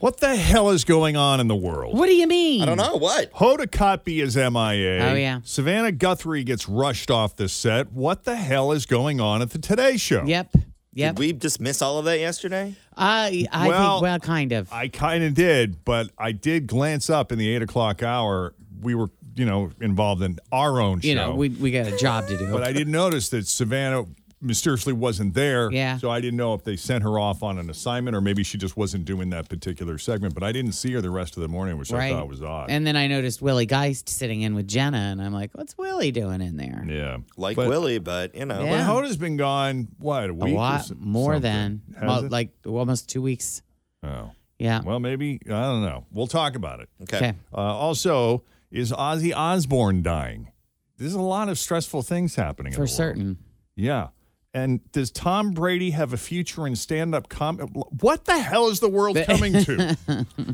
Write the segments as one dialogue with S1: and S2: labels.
S1: What the hell is going on in the world?
S2: What do you mean?
S3: I don't know what.
S1: Hoda Kotb is MIA.
S2: Oh, yeah.
S1: Savannah Guthrie gets rushed off this set. What the hell is going on at the Today Show?
S2: Yep. Yep.
S3: Did we dismiss all of that yesterday?
S2: I I
S1: Well,
S2: think well, kind of.
S1: I kind of did, but I did glance up in the eight o'clock hour. We were, you know, involved in our own show.
S2: you know, we we got a job to do.
S1: but I didn't notice that Savannah mysteriously wasn't there.
S2: Yeah.
S1: So I didn't know if they sent her off on an assignment or maybe she just wasn't doing that particular segment. But I didn't see her the rest of the morning, which I
S2: right.
S1: thought was odd.
S2: And then I noticed Willie Geist sitting in with Jenna, and I'm like, "What's Willie doing in there?"
S1: yeah.
S3: Like
S1: But-
S3: Willie, but you know.
S2: Yeah.
S1: But Hoda's been gone, what, a
S2: A
S1: week? or
S2: lot
S1: so-
S2: more
S1: something?
S2: than
S1: Has
S2: well,
S1: it?
S2: like almost two weeks.
S1: Oh.
S2: Yeah.
S1: Well, maybe. I don't know. We'll talk about it.
S3: Okay.
S2: okay.
S1: Uh, also, is Ozzy Osbourne dying? There's a lot of stressful things happening in the
S2: For
S1: world.
S2: certain.
S1: Yeah. And does Tom Brady have a future in stand-up comedy? What the hell is the world coming to?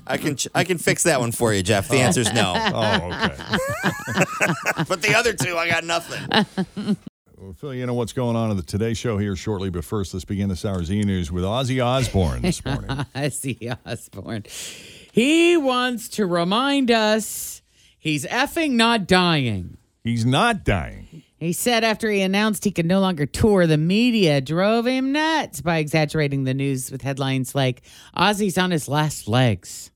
S3: I can ch- I can fix that one for you, Jeff. The answer's no.
S1: oh, okay.
S3: but the other two, I got nothing.
S1: We'll fill you in on what's going on in the Today Show here shortly. But first, let's begin this hour's E News with Ozzy Osbourne this morning.
S2: I see Osborne. He wants to remind us he's effing not dying.
S1: He's not dying.
S2: He said after he announced he could no longer tour, the media drove him nuts by exaggerating the news with headlines like Ozzy's on his last legs.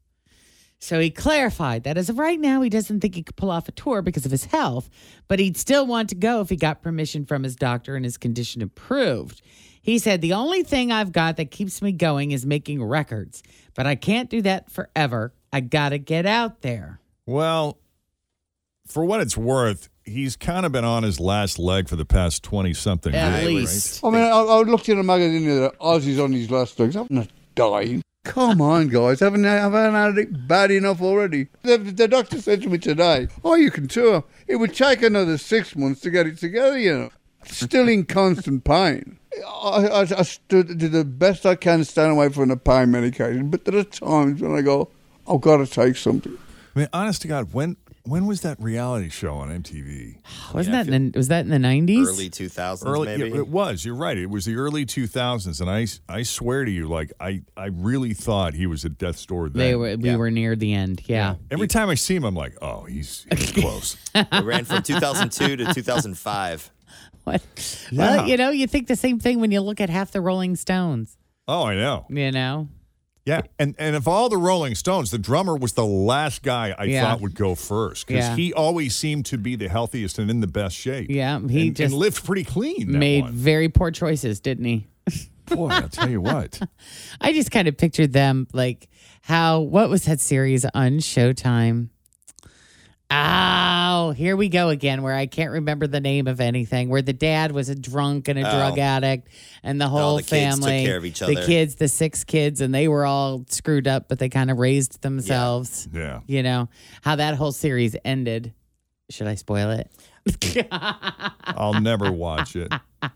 S2: So he clarified that as of right now, he doesn't think he could pull off a tour because of his health, but he'd still want to go if he got permission from his doctor and his condition improved. He said, The only thing I've got that keeps me going is making records, but I can't do that forever. I got to get out there.
S1: Well, for what it's worth, he's kind of been on his last leg for the past twenty something
S2: At
S1: years.
S2: least.
S4: I mean, I, I looked in a magazine the other day, Ozzy's on his last legs. I'm not dying. Come on, guys. Haven't I haven't had it bad enough already? The, the doctor said to me today, oh, you can tour. It would take another six months to get it together, you know. Still in constant pain. I, I, I stood, did the best I can to stand away from the pain medication, but there are times when I go, I've got to take something.
S1: I mean, honest to God, when when was that reality show on MTV?
S2: Wasn't that in the, was that in the 90s?
S3: Early two thousands,
S1: Early,
S3: maybe.
S1: it was. You're right. It was the early 2000s, and I, s- I swear to you, like I, I really thought he was at death's door. Then.
S2: They were we were near the end. Yeah.
S1: Every time I see him, I'm like, oh, he's, he's close.
S3: It ran from 2002 to 2005.
S2: What?
S1: Yeah.
S2: Well, you know, you think the same thing when you look at half the Rolling Stones.
S1: oh, I know.
S2: You know,
S1: Yeah, and and of all the Rolling Stones, the drummer was the last guy I
S2: Yeah.
S1: thought would go first because
S2: Yeah.
S1: he always seemed to be the healthiest and in the best shape.
S2: Yeah, he
S1: and,
S2: just
S1: and lived pretty clean. That
S2: made
S1: one.
S2: very poor choices, didn't he?
S1: boy, I'll tell you what.
S2: I just kind of pictured them like how what was that series on Showtime? Oh, here we go again where I can't remember the name of anything, where the dad was a drunk and a drug addict and the whole
S3: all the kids took
S2: family.
S3: care of each
S2: The
S3: other.
S2: kids, the six kids, and they were all screwed up, but they kind of raised themselves.
S1: Yeah.
S2: You know, how that whole series ended. Should I spoil it?
S1: I'll never watch it. Oh,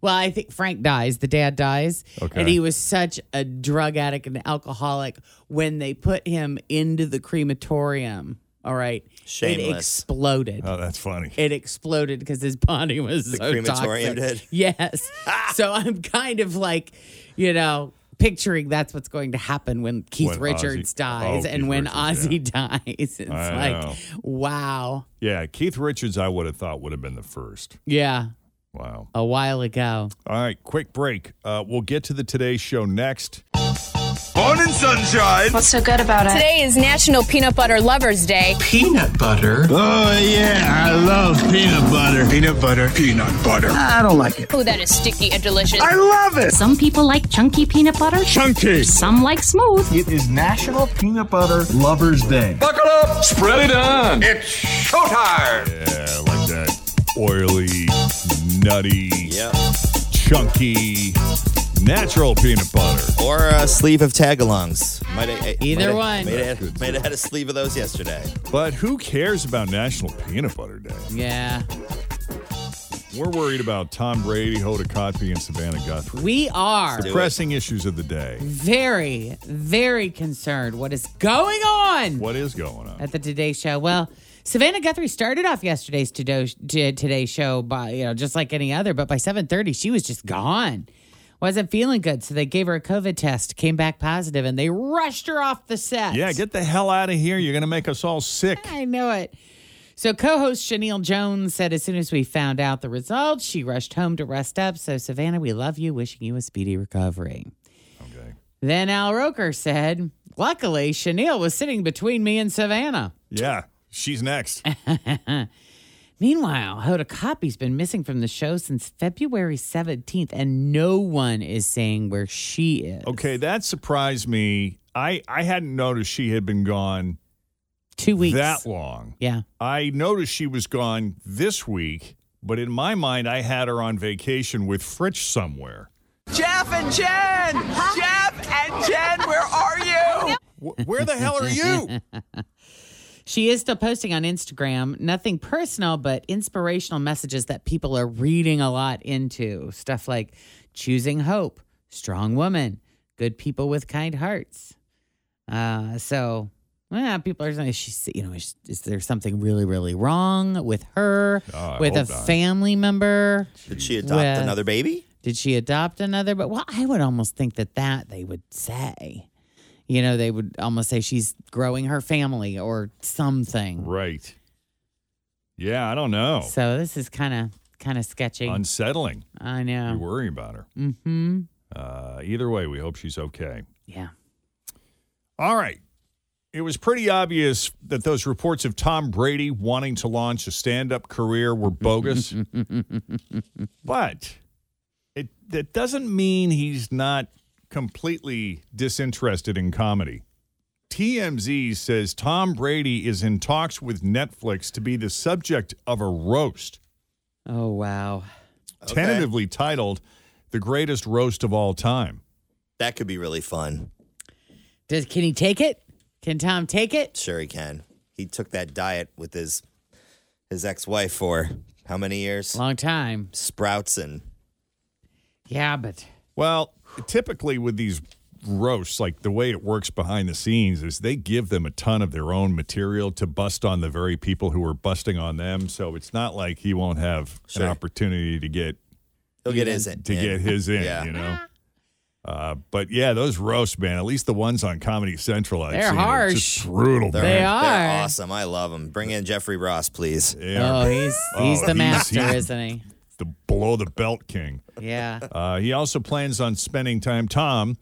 S2: Well, I think Frank dies. The dad dies.
S1: Okay.
S2: And he was such a drug addict and alcoholic when they put him into the crematorium. All right. It
S3: Shameless.
S2: exploded.
S1: Oh, that's funny.
S2: it exploded because his body was so
S3: crematorium
S2: toxic.
S3: did?
S2: Yes. so I'm kind of like, you know, picturing that's what's going to happen when Keith
S1: When
S2: Richards
S1: Ozzy-
S2: dies
S1: oh,
S2: and
S1: Keith
S2: when
S1: Richards,
S2: Ozzy dies. It's
S1: I
S2: like,
S1: know.
S2: wow.
S1: Yeah, Keith Richards, I would have thought would have been the first.
S2: Yeah.
S1: Wow.
S2: A while ago.
S1: All right, quick break. Uh, we'll get to the Today Show next.
S5: Dawn and sunshine.
S6: What's so good about it?
S7: Today is National Peanut Butter Lovers Day.
S5: Peanut butter. Oh yeah, I love peanut butter. Peanut butter. Peanut butter. I don't like it.
S7: Oh, that is sticky and delicious.
S5: I love it.
S8: Some people like chunky peanut butter.
S5: Chunky.
S8: Some like smooth.
S5: It is National Peanut Butter Lovers Day.
S9: Buckle up, spread it on. It's showtime.
S1: Yeah, like that oily, nutty,
S3: Yep.
S1: chunky, natural peanut butter.
S3: Or a sleeve of tagalongs. Might have, eh,
S2: Either
S3: might
S2: one.
S3: have- Might have, might have had a sleeve of those yesterday.
S1: But who cares about National Peanut Butter Day?
S2: Yeah.
S1: We're worried about Tom Brady, Hoda Kotb, and Savannah Guthrie.
S2: We are
S3: it.
S1: Pressing issues of the day.
S2: very, very concerned what is going on
S1: What is going on?
S2: at the Today Show. Well, Savannah Guthrie started off yesterday's Today to- Today Show by, you know, just like any other, but by 7.30, she was just gone. Wasn't feeling good, so they gave her a COVID test, came back positive, and they rushed her off the set.
S1: Yeah, get the hell out of here. You're going to make us all sick.
S2: I know it. So, co host Chanel Jones said as soon as we found out the results, she rushed home to rest up. So, Savannah, we love you, wishing you a speedy recovery.
S1: Okay.
S2: Then Al Roker said, Luckily, Chanel was sitting between me and Savannah.
S1: Yeah, she's next.
S2: Meanwhile, Hoda Kotb's been missing from the show since February 17th, and no one is saying where she is.
S1: Okay, that surprised me. I, I hadn't noticed she had been gone
S2: Two weeks.
S1: that long.
S2: yeah.
S1: I noticed she was gone this week, but in my mind, I had her on vacation with Fritch somewhere.
S5: Jeff and Jen. Jeff and Jen, where are you?
S1: Wh- Where the hell are you?
S2: She is still posting on Instagram, nothing personal, but inspirational messages that people are reading a lot into. Stuff like choosing hope, strong woman, good people with kind hearts. Uh, so, yeah, people are saying she's, you know, is, is there something really, really wrong with her,
S1: Oh, I
S2: with a
S1: hope not.
S2: family member?
S3: Did she adopt
S2: Well-
S3: another baby?
S2: Did she adopt another? But well, I would almost think that that they would say, you know, they would almost say she's growing her family or something.
S1: right. Yeah, I don't know.
S2: So this is kind of kind of sketchy.
S1: Unsettling.
S2: I
S1: We
S2: know.
S1: worry about her.
S2: Mm-hmm.
S1: Uh, either way, we hope she's okay.
S2: Yeah.
S1: All right. It was pretty obvious that those reports of Tom Brady wanting to launch a stand up career were bogus. but it that doesn't mean he's not completely disinterested in comedy. TMZ says Tom Brady is in talks with Netflix to be the subject of a roast,
S2: Oh wow.
S3: Okay.
S1: tentatively titled The Greatest Roast of All Time.
S3: That could be really fun.
S2: Does can he take it? Can Tom take it?
S3: Sure, he can. He took that diet with his his ex wife for how many years?
S2: Long time.
S3: Sprouts and
S2: Yeah, but
S1: Well, typically with these roasts, like the way it works behind the scenes is they give them a ton of their own material to bust on the very people who are busting on them. So it's not like he won't have
S3: Sure.
S1: an opportunity to get
S3: he'll get his in.
S1: to get his in,
S3: Yeah.
S1: you know. Uh, but yeah, those roasts, man. At least the ones on Comedy Central, I've
S2: They're
S1: seen, are
S2: harsh.
S1: just brutal.
S3: They're,
S1: man.
S2: They
S3: they're
S2: are.
S3: awesome. I love them. Bring in Jeffrey Ross, please.
S1: They are.
S2: oh, he's he's
S1: Oh,
S2: the
S1: he's-
S2: master,
S1: he's-
S2: isn't
S1: the below the belt king.
S2: he? Yeah.
S1: Uh, he also plans on spending time, Tom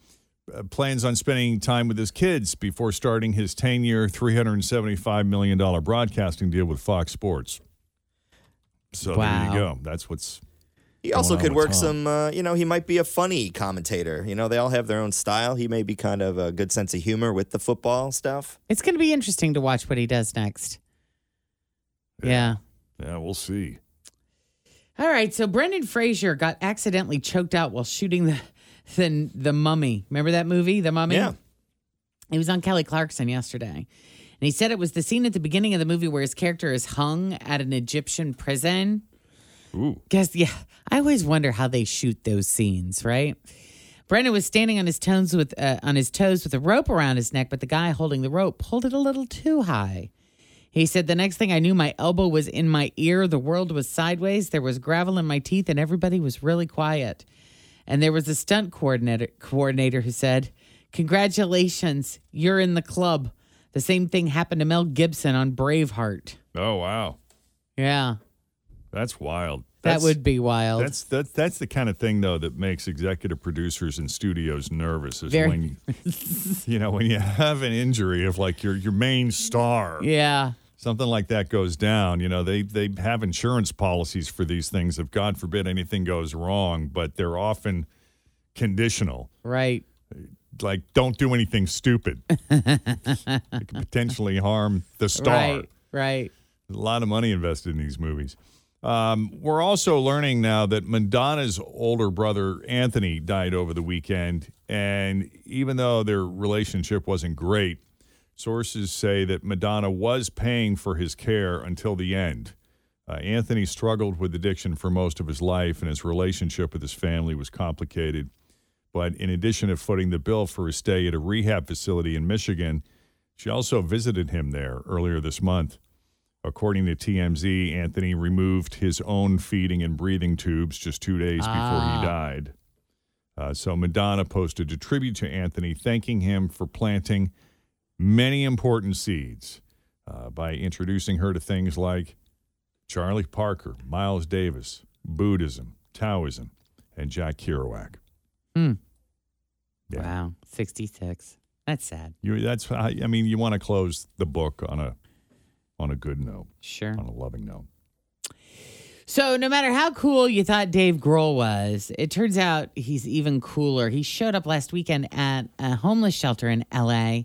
S1: uh, plans on spending time with his kids before starting his 10 year, $375 million broadcasting deal with Fox Sports. So there
S2: Wow.
S1: you go. That's what's.
S3: He also
S1: on
S3: could
S1: with
S3: work
S1: Tom.
S3: some, uh, you know, he might be a funny commentator. You know, they all have their own style. He may be kind of a good sense of humor with the football stuff.
S2: It's going to be interesting to watch what he does next. Yeah.
S1: Yeah, we'll see.
S2: All right. So Brendan Fraser got accidentally choked out while shooting the the, the Mummy. Remember that movie, The Mummy?
S3: Yeah.
S2: He was on Kelly Clarkson yesterday. And he said it was the scene at the beginning of the movie where his character is hung at an Egyptian prison.
S1: Ooh.
S2: Guess, yeah. I always wonder how they shoot those scenes, right? Brendan was standing on his toes with uh, on his toes with a rope around his neck, but the guy holding the rope pulled it a little too high. He said, "The next thing I knew, my elbow was in my ear. The world was sideways. There was gravel in my teeth, and everybody was really quiet." And there was a stunt coordinator coordinator who said, "Congratulations, you're in the club." The same thing happened to Mel Gibson on Braveheart.
S1: Oh, wow.
S2: Yeah.
S1: That's wild.
S2: That
S1: That's-
S2: would be wild.
S1: That's that, that's the kind of thing though that makes executive producers and studios nervous is
S2: Very-
S1: when you, you know when you have an injury of like your your main star.
S2: yeah.
S1: Something like that goes down, you know, they they have insurance policies for these things if god forbid anything goes wrong, but they're often conditional.
S2: Right.
S1: Like don't do anything stupid. it could potentially harm the star
S2: Right. Right.
S1: a lot of money invested in these movies. Um, we're also learning now that Madonna's older brother Anthony died over the weekend, and even though their relationship wasn't great, sources say that Madonna was paying for his care until the end. Uh, Anthony struggled with addiction for most of his life, and his relationship with his family was complicated. But in addition to footing the bill for his stay at a rehab facility in Michigan, she also visited him there earlier this month. According to TMZ, Anthony removed his own feeding and breathing tubes just two days before
S2: Ah.
S1: he died. Uh, so Madonna posted a tribute to Anthony, thanking him for planting many important seeds uh, by introducing her to things like Charlie Parker, Miles Davis, Buddhism, Taoism, and Jack Kerouac.
S2: Hmm.
S1: Yeah.
S2: Wow. 66. That's sad.
S1: You, that's I, I mean, you want to close the book on a on a good note,
S2: Sure.
S1: on a loving note.
S2: So, no matter how cool you thought Dave Grohl was, it turns out he's even cooler. He showed up last weekend at a homeless shelter in LA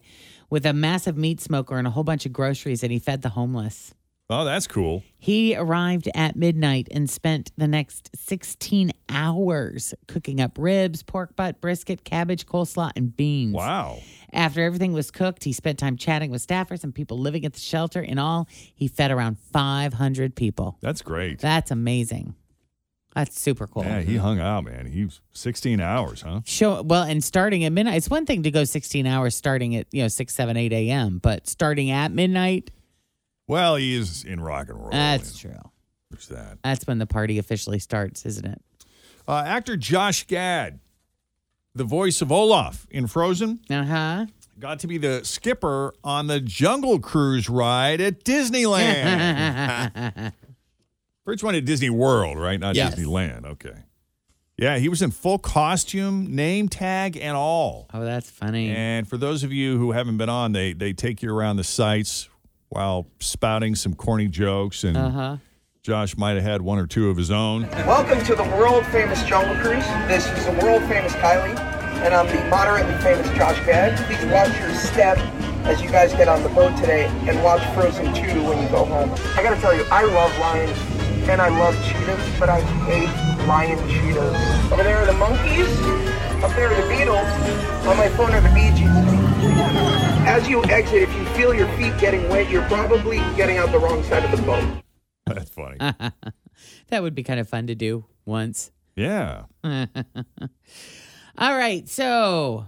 S2: with a massive meat smoker and a whole bunch of groceries, and he fed the homeless.
S1: Oh, that's cool.
S2: He arrived at midnight and spent the next 16 hours cooking up ribs, pork butt, brisket, cabbage, coleslaw, and beans.
S1: Wow.
S2: After everything was cooked, he spent time chatting with staffers and people living at the shelter. In all, he fed around 500 people.
S1: That's great.
S2: That's amazing. That's super cool. Mm-hmm.
S1: Yeah, he hung out, man. He was 16 hours, huh?
S2: Show well, and starting at midnight. It's one thing to go 16 hours starting at you know 6, 7, 8 a.m., but starting at midnight,
S1: Well, he is in rock and roll.
S2: that's true.
S1: There's that.
S2: That's when the party officially starts, isn't it?
S1: Uh, actor Josh Gad, the voice of Olaf in Frozen,
S2: Uh huh.
S1: got to be the skipper on the Jungle Cruise ride at Disneyland. First one at Disney World, right? Not
S3: Yes.
S1: Disneyland. Okay. Yeah, he was in full costume, name tag, and all.
S2: Oh, that's funny.
S1: And for those of you who haven't been on, they they take you around the sites while spouting some corny jokes, and
S2: Uh huh.
S1: Josh might have had one or two of his own.
S6: Welcome to the world famous Jungle Cruise. This is the world famous Kylie, and I'm the moderately famous Josh Gad. Please watch your step as you guys get on the boat today, and watch Frozen 2 when you go home. I gotta tell you, I love lions, and I love cheetahs, but I hate lion cheetahs. Over there are the monkeys, up there are the beetles, on my phone are the Bee Gees. As you exit, if you feel your feet getting wet, you're probably getting out the wrong side of the boat.
S1: That's funny.
S2: That would be kind of fun to do once.
S1: yeah.
S2: All right. So,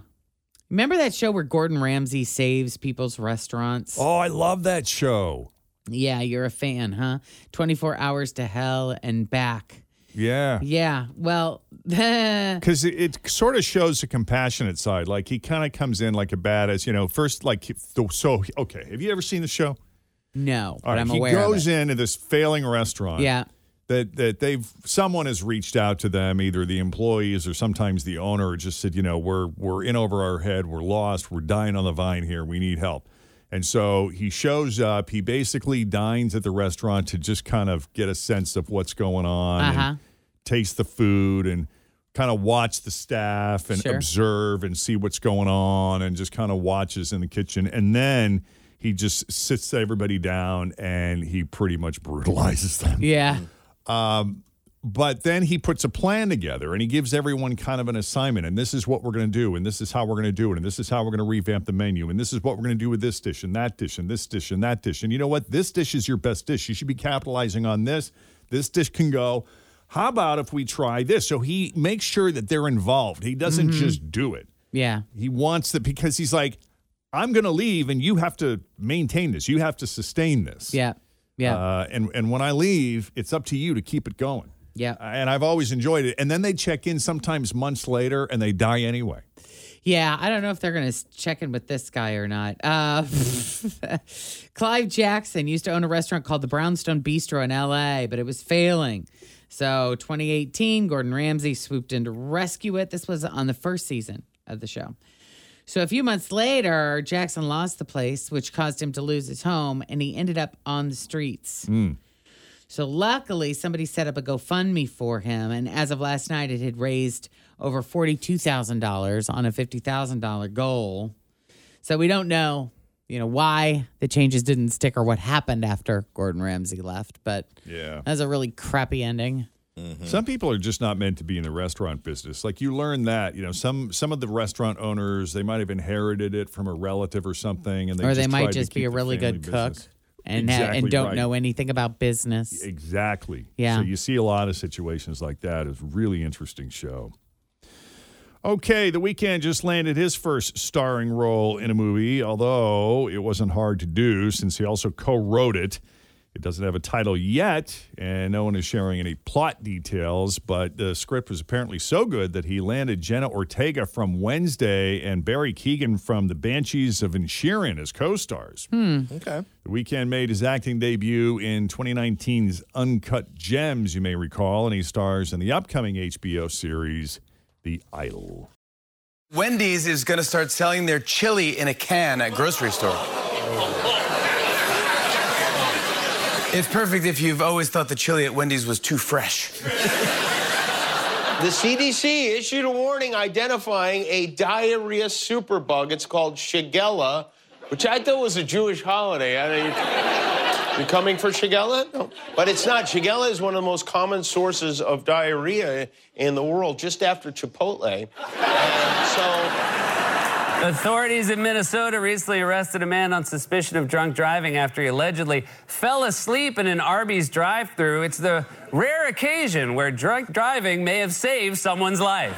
S2: remember that show where Gordon Ramsay saves people's restaurants?
S1: Oh, I love that show.
S2: Yeah, you're a fan, huh? 24 hours to hell and back.
S1: Yeah.
S2: Yeah. Well, right.
S1: Because it, it sort of shows the compassionate side. Like he kind of comes in like a badass, you know. First, like he- so. Okay, have you ever seen the show?
S2: No, but I'm
S1: he
S2: aware of
S1: goes
S2: it.
S1: into this failing restaurant.
S2: Yeah.
S1: that that they've someone has reached out to them, either the employees or sometimes the owner, just said, you know, we're we're in over our head, we're lost, we're dying on the vine here, we need help. And so he shows up. He basically dines at the restaurant to just kind of get a sense of what's going on, and
S2: Uh-huh.
S1: taste the food, and kind of watch the staff and
S2: Sure.
S1: observe and see what's going on, and just kind of watches in the kitchen. And then he just sits everybody down and he pretty much brutalizes them.
S2: Yeah.
S1: But then he puts a plan together and he gives everyone kind of an assignment. And this is what we're going to do. And this is how we're going to do it. And this is how we're going to revamp the menu. And this is what we're going to do with this dish and that dish and this dish and that dish. And you know what? This dish is your best dish. You should be capitalizing on this. This dish can go. How about if we try this? So he makes sure that they're involved. He doesn't just do it.
S2: Yeah.
S1: He wants that because he's like, I'm going to leave and you have to maintain this. You have to sustain this.
S2: Yeah. Yeah.
S1: Uh, and and when I leave, it's up to you to keep it going. Uh,
S2: Yeah.
S1: And I've always enjoyed it. And then they check in sometimes months later, and they die anyway.
S2: Yeah, I don't know if they're going to check in with this guy or not. Uh, Clive Jackson used to own a restaurant called the Brownstone Bistro in LA, but it was failing. So, 2018, Gordon Ramsay swooped in to rescue it. This was on the first season of the show. So, a few months later, Jackson lost the place, which caused him to lose his home, and he ended up on the streets. So luckily, somebody set up a GoFundMe for him, and as of last night, it had raised over forty-two thousand dollars on a fifty thousand dollar goal. So we don't know, you know, why the changes didn't stick or what happened after Gordon Ramsay left. But
S1: Yeah.
S2: that's a really crappy ending.
S1: Uh, Some people are just not meant to be in the restaurant business. Like you learn that, you know, some some of the restaurant owners they might have inherited it from a relative or something, and they
S2: or they
S1: just tried
S2: might
S1: to
S2: just be
S1: keep
S2: a
S1: the
S2: really
S1: family
S2: good cook
S1: business.
S2: and ha-
S1: Exactly
S2: and don't
S1: right.
S2: know anything about business.
S1: Exactly.
S2: Yeah.
S1: So you see a lot of situations like that. It's a really interesting show. Okay, The Weeknd just landed his first starring role in a movie, although it wasn't hard to do since he also co wrote it. It doesn't have a title yet, and no one is sharing any plot details, but the script was apparently so good that he landed Jenna Ortega from Wednesday and Barry Keegan from The Banshees of Inisherin as co stars.
S3: Okay.
S1: The weekend made his acting debut in 2019's Uncut Gems, you may recall, and he stars in the upcoming HBO series The Idol.
S10: Wendy's is going to start selling their chili in a can at grocery store. It's perfect if you've always thought the chili at Wendy's was too fresh.
S11: The CDC issued a warning identifying a diarrhea superbug. It's called Shigella, which I thought was a Jewish holiday. I mean, you coming for Shigella? No. But it's not. Shigella is one of the most common sources of diarrhea in the world, just after Chipotle.
S12: Authorities in Minnesota recently arrested a man on suspicion of drunk driving after he allegedly fell asleep in an Arby's drive thru. It's the rare occasion where drunk driving may have saved someone's life.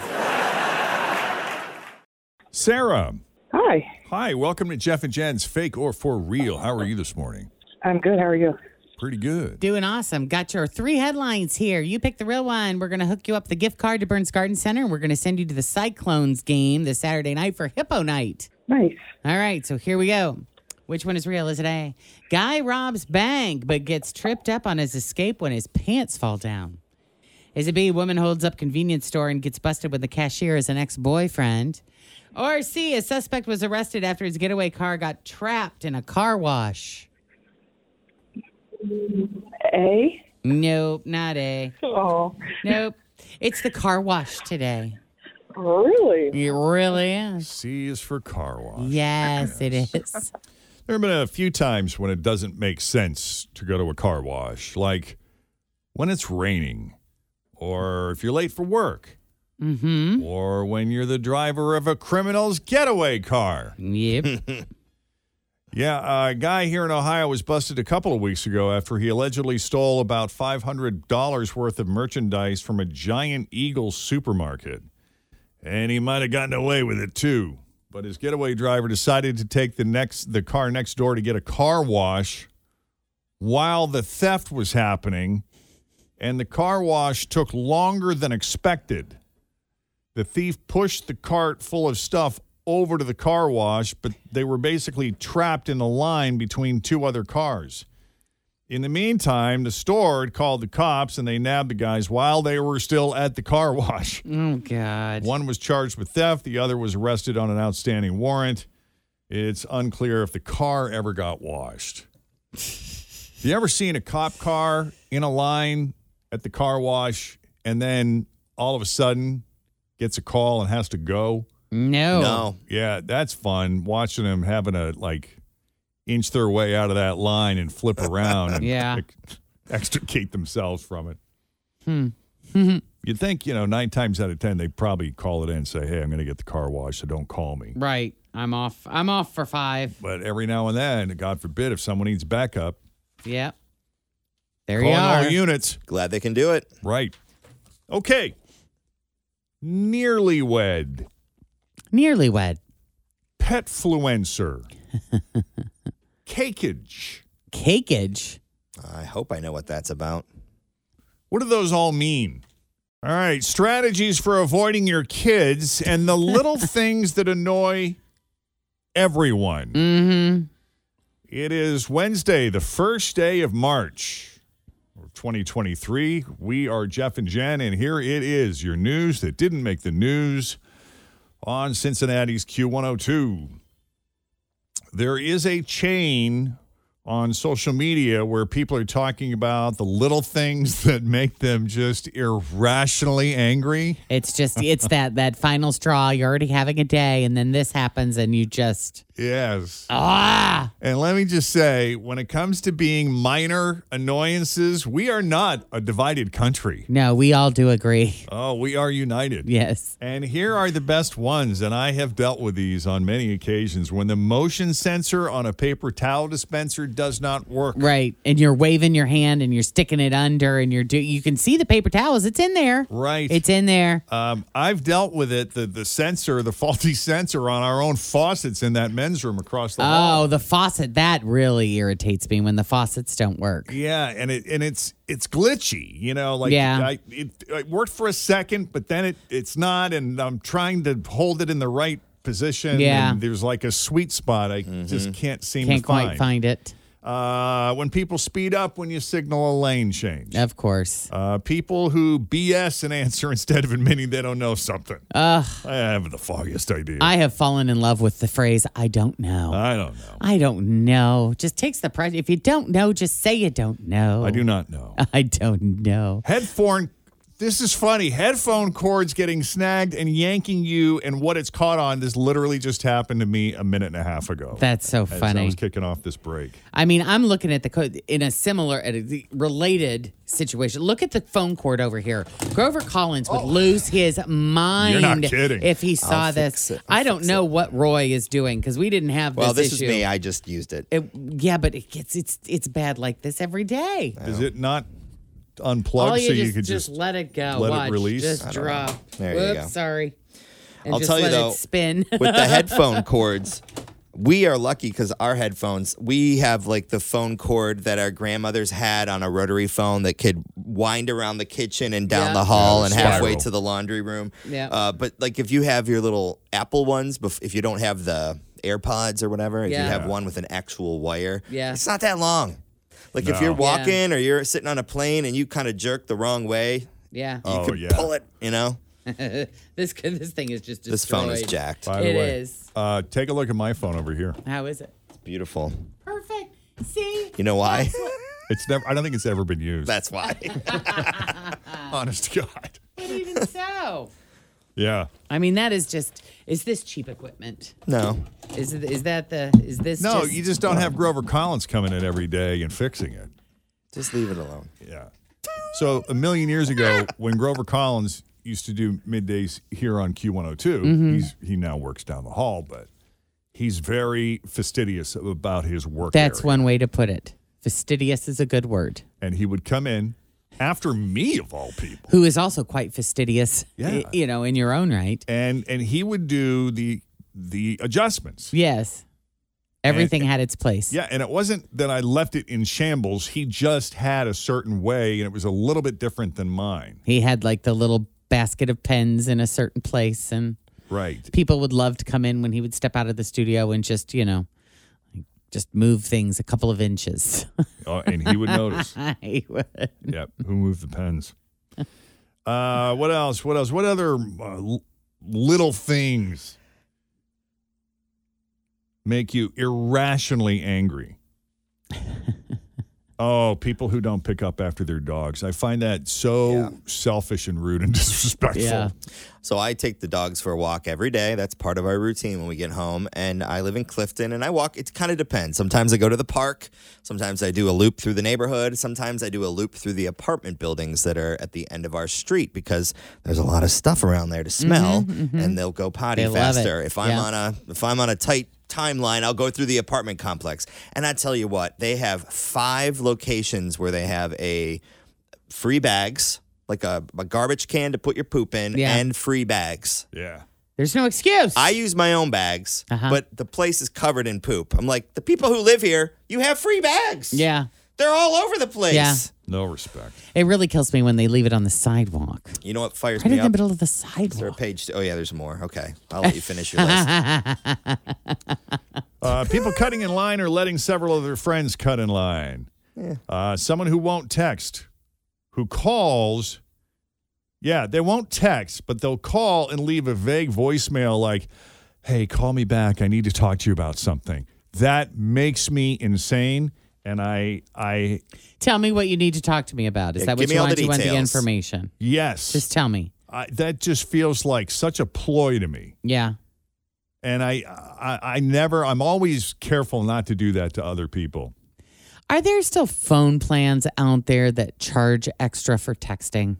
S1: Sarah.
S13: Hi.
S1: Hi, welcome to Jeff and Jen's Fake or For Real. How are you this morning?
S13: I'm good. How are you?
S1: Pretty good.
S2: Doing awesome. Got your three headlines here. You pick the real one. We're going to hook you up the gift card to Burns Garden Center, and we're going to send you to the Cyclones game this Saturday night for Hippo Night.
S13: Nice.
S2: All right, so here we go. Which one is real? Is it A? Guy robs bank but gets tripped up on his escape when his pants fall down. Is it B? Woman holds up convenience store and gets busted when the cashier is an ex boyfriend. Or C? A suspect was arrested after his getaway car got trapped in a car wash.
S13: A?
S2: Nope, not A.
S13: Oh.
S2: Nope. It's the car wash today.
S13: Really?
S2: It really is.
S1: C is for car wash.
S2: Yes, it is.
S1: There have been a few times when it doesn't make sense to go to a car wash, like when it's raining, or if you're late for work,
S2: Mm-hmm.
S1: or when you're the driver of a criminal's getaway car.
S2: Yep.
S1: yeah, a guy here in Ohio was busted a couple of weeks ago after he allegedly stole about $500 worth of merchandise from a giant eagle supermarket. And he might have gotten away with it too. But his getaway driver decided to take the next the car next door to get a car wash while the theft was happening, and the car wash took longer than expected. The thief pushed the cart full of stuff over to the car wash, but they were basically trapped in a line between two other cars. In the meantime, the store had called the cops and they nabbed the guys while they were still at the car wash.
S2: Oh, God.
S1: One was charged with theft, the other was arrested on an outstanding warrant. It's unclear if the car ever got washed. you ever seen a cop car in a line at the car wash and then all of a sudden gets a call and has to go?
S2: No.
S1: Yeah, that's fun watching them having to like inch their way out of that line and flip around and
S2: Yeah.
S1: ex- extricate themselves from it.
S2: Hmm.
S1: You'd think, you know, nine times out of 10, they probably call it in and say, hey, I'm going to get the car washed, so don't call me.
S2: right. I'm off. I'm off for five.
S1: But every now and then, God forbid, if someone needs backup,
S2: Yep. There
S1: calling
S2: you are.
S1: all units.
S3: Glad they can do it.
S1: Right. Okay. Nearly wed.
S2: Nearly wed.
S1: Petfluencer. Cakeage.
S2: Cakeage.
S3: I hope I know what that's about.
S1: What do those all mean? All right, strategies for avoiding your kids and the little things that annoy everyone.
S2: Mm-hmm.
S1: It is Wednesday, the first day of March of 2023. We are Jeff and Jen, and here it is your news that didn't make the news on Cincinnati's Q102. There is a chain on social media where people are talking about the little things that make them just irrationally angry.
S2: It's just it's that that final straw. You're already having a day, and then this happens, and you just
S1: Yes.
S2: ah.
S1: And let me just say, when it comes to being minor annoyances, we are not a divided country.
S2: No, we all do agree.
S1: Oh, we are united.
S2: Yes.
S1: And here are the best ones. And I have dealt with these on many occasions when the motion sensor on a paper towel dispenser does not work.
S2: Right. And you're waving your hand and you're sticking it under and you're do you can see the paper towels. It's in there.
S1: Right.
S2: It's in there.
S1: Um, I've dealt with it, the, the sensor, the faulty sensor on our own faucets in that men's room across the hall.
S2: Oh, the faucet. That really irritates me when the faucets don't work.
S1: Yeah, and it and it's it's glitchy, you know. Like
S2: Yeah.
S1: I, it, it worked for a second, but then it it's not, and I'm trying to hold it in the right position.
S2: Yeah.
S1: and there's like a sweet spot I just can't seem
S2: Can't
S1: to
S2: quite
S1: find.
S2: find it.
S1: Uh, when people speed up when you signal a lane change.
S2: Of course.
S1: Uh, people who BS an answer instead of admitting they don't know something.
S2: Ugh.
S1: I have the foggiest idea.
S2: I have fallen in love with the phrase I don't know.
S1: I don't know.
S2: I don't know. Just takes the pressure. If you don't know, just say you don't know.
S1: I do not know.
S2: I don't know.
S1: Headphone. This is funny. Headphone cords getting snagged and yanking you, and what it's caught on. This literally just happened to me a minute and a half ago.
S2: That's so
S1: as
S2: funny.
S1: I was kicking off this break.
S2: I mean, I'm looking at the code in a similar, at a related situation. Look at the phone cord over here. Grover Collins would lose his mind
S3: Oh. kidding.
S2: if he saw
S3: I'll
S2: this.
S3: fix it.
S2: I don't know what Roy is doing because we didn't have
S3: Well,
S2: this,
S3: this,
S2: issue.
S3: is me. I just used it.
S2: It- yeah, but it gets it's it's bad like this every day.
S1: Is it not unplugged
S2: All you
S1: so
S2: just,
S1: you could
S2: just,
S1: just,
S2: let it go.
S1: let it
S2: Watch.
S1: release? I
S2: Just
S1: don't
S2: drop.
S1: know. There you
S2: Whoops,
S3: go.
S2: sorry. And
S3: I'll
S2: just
S3: tell you
S2: let it
S3: though,
S2: spin
S3: with the headphone cords, we are lucky because our headphones, we have like the phone cord that our grandmothers had on a rotary phone that could wind around the kitchen and down
S14: Yeah.
S3: the hall
S14: Yeah,
S3: and
S14: Oh, spiral.
S3: halfway to the laundry room.
S14: Yeah.
S3: Uh, but like if you have your little Apple ones, bef- if you don't have the AirPods or whatever, if
S14: Yeah.
S3: you have one with an actual wire,
S14: Yeah.
S3: it's not that long. Like if
S14: No.
S3: you're
S14: Yeah.
S3: walking or you're sitting on a plane and you kind of jerk the wrong way,
S2: yeah.
S3: you
S14: Oh,
S3: can pull it, you know?
S2: this could- this thing is just destroyed.
S3: This phone is jacked.
S1: By
S2: It
S1: the way,
S2: is.
S1: Uh, take a look at my phone over here.
S2: How is it?
S3: It's beautiful.
S2: Perfect. See.
S3: You know why?
S1: It's never. I don't think it's ever been used.
S3: That's why.
S1: Honest to God.
S2: But even so,
S1: Yeah.
S2: I mean that is just is this cheap equipment?
S3: No.
S2: Is it, is that the is this
S1: no,
S2: just,
S1: you just don't have Grover Collins coming in every day and fixing it.
S3: Just leave it alone.
S1: Yeah. So a million years ago, when Grover Collins used to do middays here on Q102,
S2: Mm-hmm.
S14: Mhm.
S1: he's he now works down the hall, but he's very fastidious about his work.
S2: That's
S1: area.
S2: one way to put it. Fastidious is a good word.
S1: and he would come in after me of all people.
S2: Who is also quite fastidious,
S1: Yeah.
S2: y- you know, in your own right.
S1: And and he would do the the adjustments.
S2: Yes. Everything had its place.
S1: Yeah, and it wasn't that I left it in shambles. He just had a certain way and it was a little bit different than mine.
S2: He had like the little basket of pens in a certain place and
S1: Right.
S2: people would love to come in when he would step out of the studio and just, you know, just move things a couple of inches.
S1: Uh, and he would notice.
S2: he would.
S1: Yep. Who moved the pens? Uh, what else? What else? What other uh, l- little things make you irrationally angry? oh, people who don't pick up after their dogs. I find that so selfish and rude and disrespectful.
S3: So I take the dogs for a walk every day. That's part of our routine when we get home. And I live in Clifton and I walk. It kind of depends. Sometimes I go to the park. Sometimes I do a loop through the neighborhood. Sometimes I do a loop through the apartment buildings that are at the end of our street because there's a lot of stuff around there to smell and they'll go potty
S14: Mm-hmm, They love it.
S3: faster. If I'm
S14: Yeah.
S3: on a if I'm on a tight timeline, I'll go through the apartment complex. And I tell you what, they have five locations where they have a free bags, like a, a garbage can to put your poop in,
S2: Yeah.
S3: and free bags.
S1: Yeah.
S2: There's no excuse.
S3: I use my own bags,
S2: Uh-huh.
S3: but the place is covered in poop. I'm like, the people who live here, you have free bags.
S2: Yeah.
S3: They're all over the place.
S2: Yeah.
S1: No respect.
S2: It really kills me when they leave it on the sidewalk.
S3: You know what fires
S2: Right
S3: me
S2: in the
S3: up?
S2: middle of the
S3: Is there a
S2: sidewalk.
S3: page? oh, yeah, there's more. Okay. I'll let you finish your list.
S1: Uh, people cutting in line or letting several of their friends cut in line. Uh, someone who won't text, who calls. Yeah, they won't text, but they'll call and leave a vague voicemail like, hey, call me back. I need to talk to you about something. That makes me insane. And I, I,
S2: Tell me what you need to talk to me about. Is
S1: Yeah,
S2: that
S1: give
S2: what
S1: me
S2: you
S1: all
S2: want?
S1: the
S2: You want the
S1: details.
S2: information?
S1: yes.
S2: Just tell me.
S1: I, that just feels like such a ploy to me.
S2: Yeah.
S1: And I, I, I never, I'm always careful not to do that to other people.
S2: Are there still phone plans out there that charge extra for texting?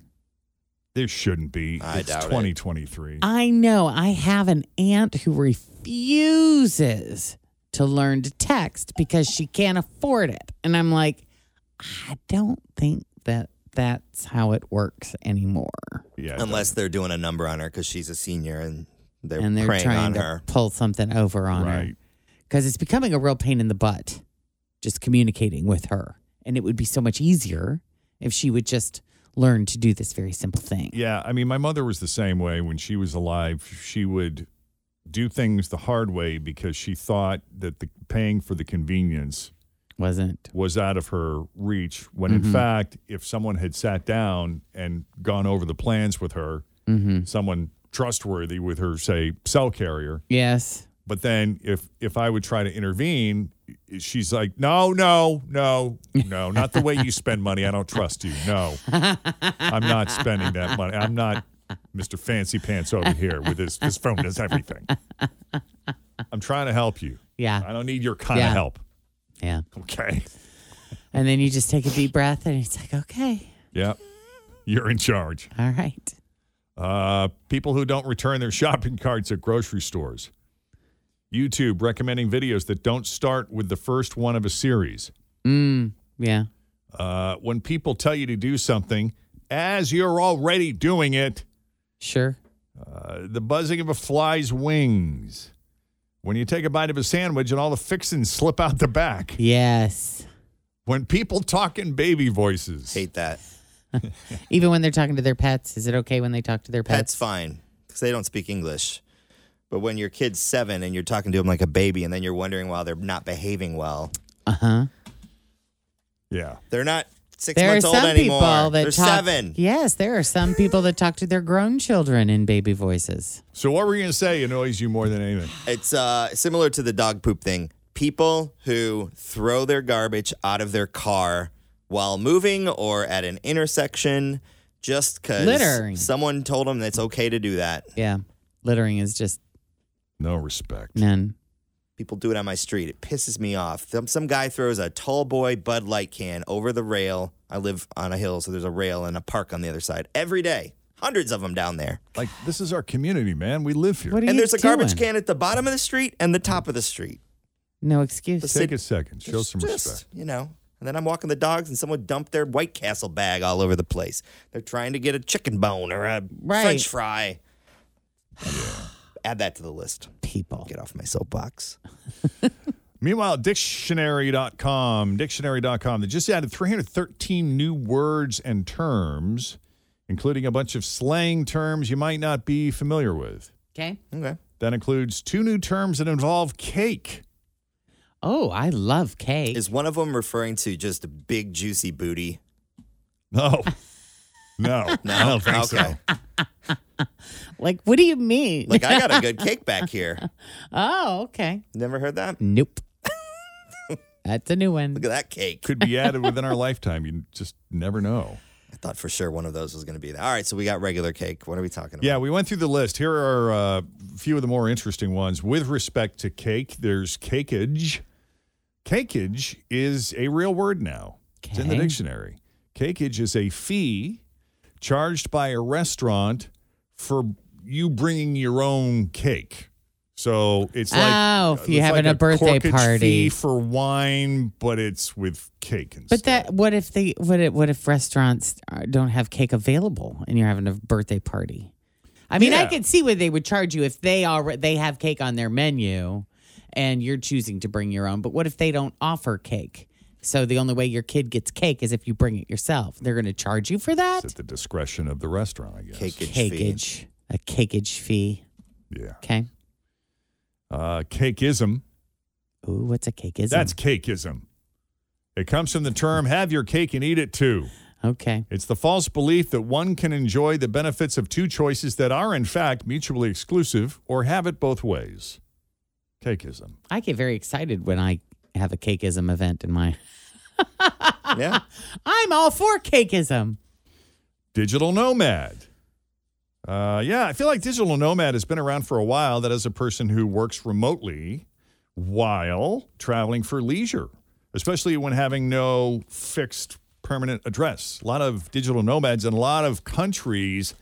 S1: There shouldn't be.
S3: I
S1: it's
S3: doubt it.
S1: 2023.
S2: I know. I have an aunt who refuses to learn to text because she can't afford it. And I'm like, I don't think that that's how it works anymore.
S1: Yeah.
S3: Unless they're doing a number on her because she's a senior and they're,
S2: and they're
S3: preying
S2: trying
S3: on
S2: to
S3: her.
S2: pull something over on her
S1: Right.
S2: because it's becoming a real pain in the butt just communicating with her. And it would be so much easier if she would just learn to do this very simple thing.
S1: Yeah, I mean, my mother was the same way when she was alive. She would do things the hard way because she thought that the paying for the convenience
S2: Wasn't
S1: was out of her reach. When in
S2: Mhm.
S1: fact, if someone had sat down and gone over the plans with her,
S2: Mm-hmm.
S1: someone trustworthy with her, say, cell carrier.
S2: Yes.
S1: But then if if I would try to intervene, she's like, "No, no, no, no, not the way you spend money. I don't trust you. No, I'm not spending that money. I'm not Mr. Fancy Pants over here with this. This phone does everything. I'm trying to help you.
S2: Yeah.
S1: I don't need your kind
S2: Yeah.
S1: of help.
S2: Yeah.
S1: Okay.
S2: And then you just take a deep breath and it's like, okay,
S1: Yeah. You're in charge.
S2: all right.
S1: Uh, people who don't return their shopping carts at grocery stores. YouTube recommending videos that don't start with the first one of a series.
S2: Mm, yeah.
S1: uh, when people tell you to do something as you're already doing it.
S2: Sure.
S1: Uh, the buzzing of a fly's wings. When you take a bite of a sandwich and all the fixings slip out the back.
S2: Yes.
S1: When people talk in baby voices.
S3: Hate that.
S2: Even when they're talking to their pets, is it okay when they talk to their
S3: Pets
S2: pets?
S3: fine because they don't speak English. But when your kid's seven and you're talking to him like a baby and then you're wondering why they're not behaving well,
S2: Uh huh.
S1: Yeah.
S3: they're not six
S2: There are
S3: months old
S2: some
S3: anymore.
S2: people that
S3: they're
S2: talk.
S3: seven.
S2: Yes, there are some people that talk to their grown children in baby voices.
S1: So, what were you going to say annoys you more than anything?
S3: It's uh, similar to the dog poop thing. People who throw their garbage out of their car while moving or at an intersection just
S2: Littering.
S3: because someone told them that's okay to do that.
S2: Yeah. Littering is just
S1: No respect.
S2: none.
S3: People do it on my street. It pisses me off. Some, some guy throws a tall boy Bud Light can over the rail. I live on a hill, so there's a rail and a park on the other side every day. Hundreds of them down there.
S1: Like, this is our community, man. We live here.
S2: What are
S3: and
S2: you
S3: there's a garbage
S2: doing?
S3: can at the bottom of the street and the top of the street.
S2: No excuse.
S1: Take a second. Show some
S3: just,
S1: respect.
S3: You know. And then I'm walking the dogs, and someone dumped their White Castle bag all over the place. They're trying to get a chicken bone or a
S2: Right.
S3: French fry. Add that to the list.
S2: People.
S3: Get off my soapbox.
S1: Meanwhile, dictionary.com, dictionary.com, they just added 313 new words and terms, including a bunch of slang terms you might not be familiar with.
S2: Okay.
S3: Okay.
S1: That includes two new terms that involve cake.
S2: Oh, I love cake.
S3: Is one of them referring to just a big juicy booty?
S1: No. No.
S3: No.
S1: I don't think so.
S3: okay.
S2: like, what do you mean?
S3: like I got a good cake back here.
S2: oh, okay.
S3: Never heard that.
S2: Nope. That's a new one.
S3: Look at that cake.
S1: Could be added within our lifetime. You just never know.
S3: I thought for sure one of those was going to be that. All right, so we got regular cake. What are we talking about?
S1: Yeah, we went through the list. Here are a few of the more interesting ones. With respect to cake, there's cakeage. Cakeage is a real word now. It's in the
S2: Okay.
S1: dictionary. Cakeage is a fee charged by a restaurant for you bringing your own cake. So it's like
S2: Oh, if you're
S1: it's
S2: having
S1: like
S2: a birthday
S1: corkage
S2: party.
S1: fee for wine, but it's with cake instead.
S2: But that what if they what if, what if restaurants uh, don't have cake available and you're having a birthday party? I mean, I
S1: Yeah.
S2: could see where they would charge you if they already they have cake on their menu and you're choosing to bring your own. But what if they don't offer cake? So the only way your kid gets cake is if you bring it yourself. They're going to charge you for that.
S1: It's at the discretion of the restaurant, I guess.
S3: Cakeage fee.
S2: Cakeage, a cakeage fee.
S1: Yeah.
S2: Okay.
S1: Uh, cakeism.
S2: Ooh, what's a cakeism?
S1: That's cakeism. It comes from the term have your cake and eat it too.
S2: Okay.
S1: It's the false belief that one can enjoy the benefits of two choices that are, in fact, mutually exclusive or have it both ways. Cakeism.
S2: I get very excited when I have a cakeism event in my.
S3: yeah.
S2: I'm all for cakeism.
S1: Digital nomad. Uh, yeah, I feel like digital nomad has been around for a while. That is a person who works remotely while traveling for leisure, especially when having no fixed permanent address. A lot of digital nomads in a lot of countries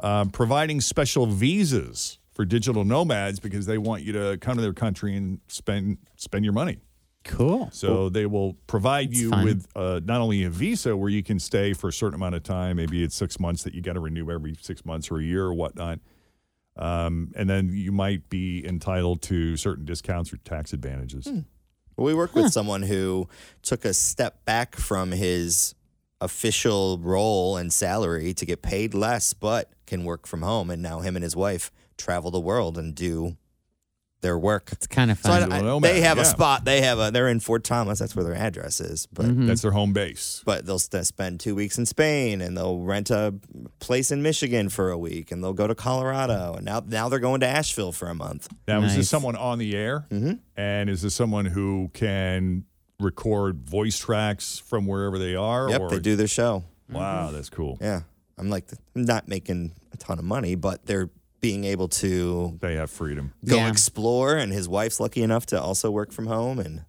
S1: uh, providing special visas for digital nomads because they want you to come to their country and spend spend your money.
S2: Cool.
S1: So they will provide you
S2: fun.
S1: with uh, not only a visa where you can stay for a certain amount of time, maybe it's six months that you got to renew every six months or a year or whatnot. Um, and then you might be entitled to certain discounts or tax advantages.
S3: Hmm. Well, we work with someone who took a step back from his official role and salary to get paid less, but can work from home. And now him and his wife travel the world and do their work. It's
S2: kind of
S3: So I,
S2: fun.
S3: I-
S1: Nomad,
S3: they have
S1: yeah.
S3: a spot. They have a. They're in Fort Thomas. That's where their address is. But
S1: That's their home base.
S3: but they'll st- spend two weeks in Spain and they'll rent a place in Michigan for a week and they'll go to Colorado and now now they're going to Asheville for a month.
S1: Now, is this someone on the air?
S3: Mm-hmm.
S1: And is this someone who can record voice tracks from wherever they are?
S3: Yep, they do their show.
S1: Wow, that's cool.
S3: Yeah, I'm like I'm not making a ton of money, but they're being able to
S1: They have freedom.
S3: go
S2: Yeah.
S3: explore. And his wife's lucky enough to also work from home. And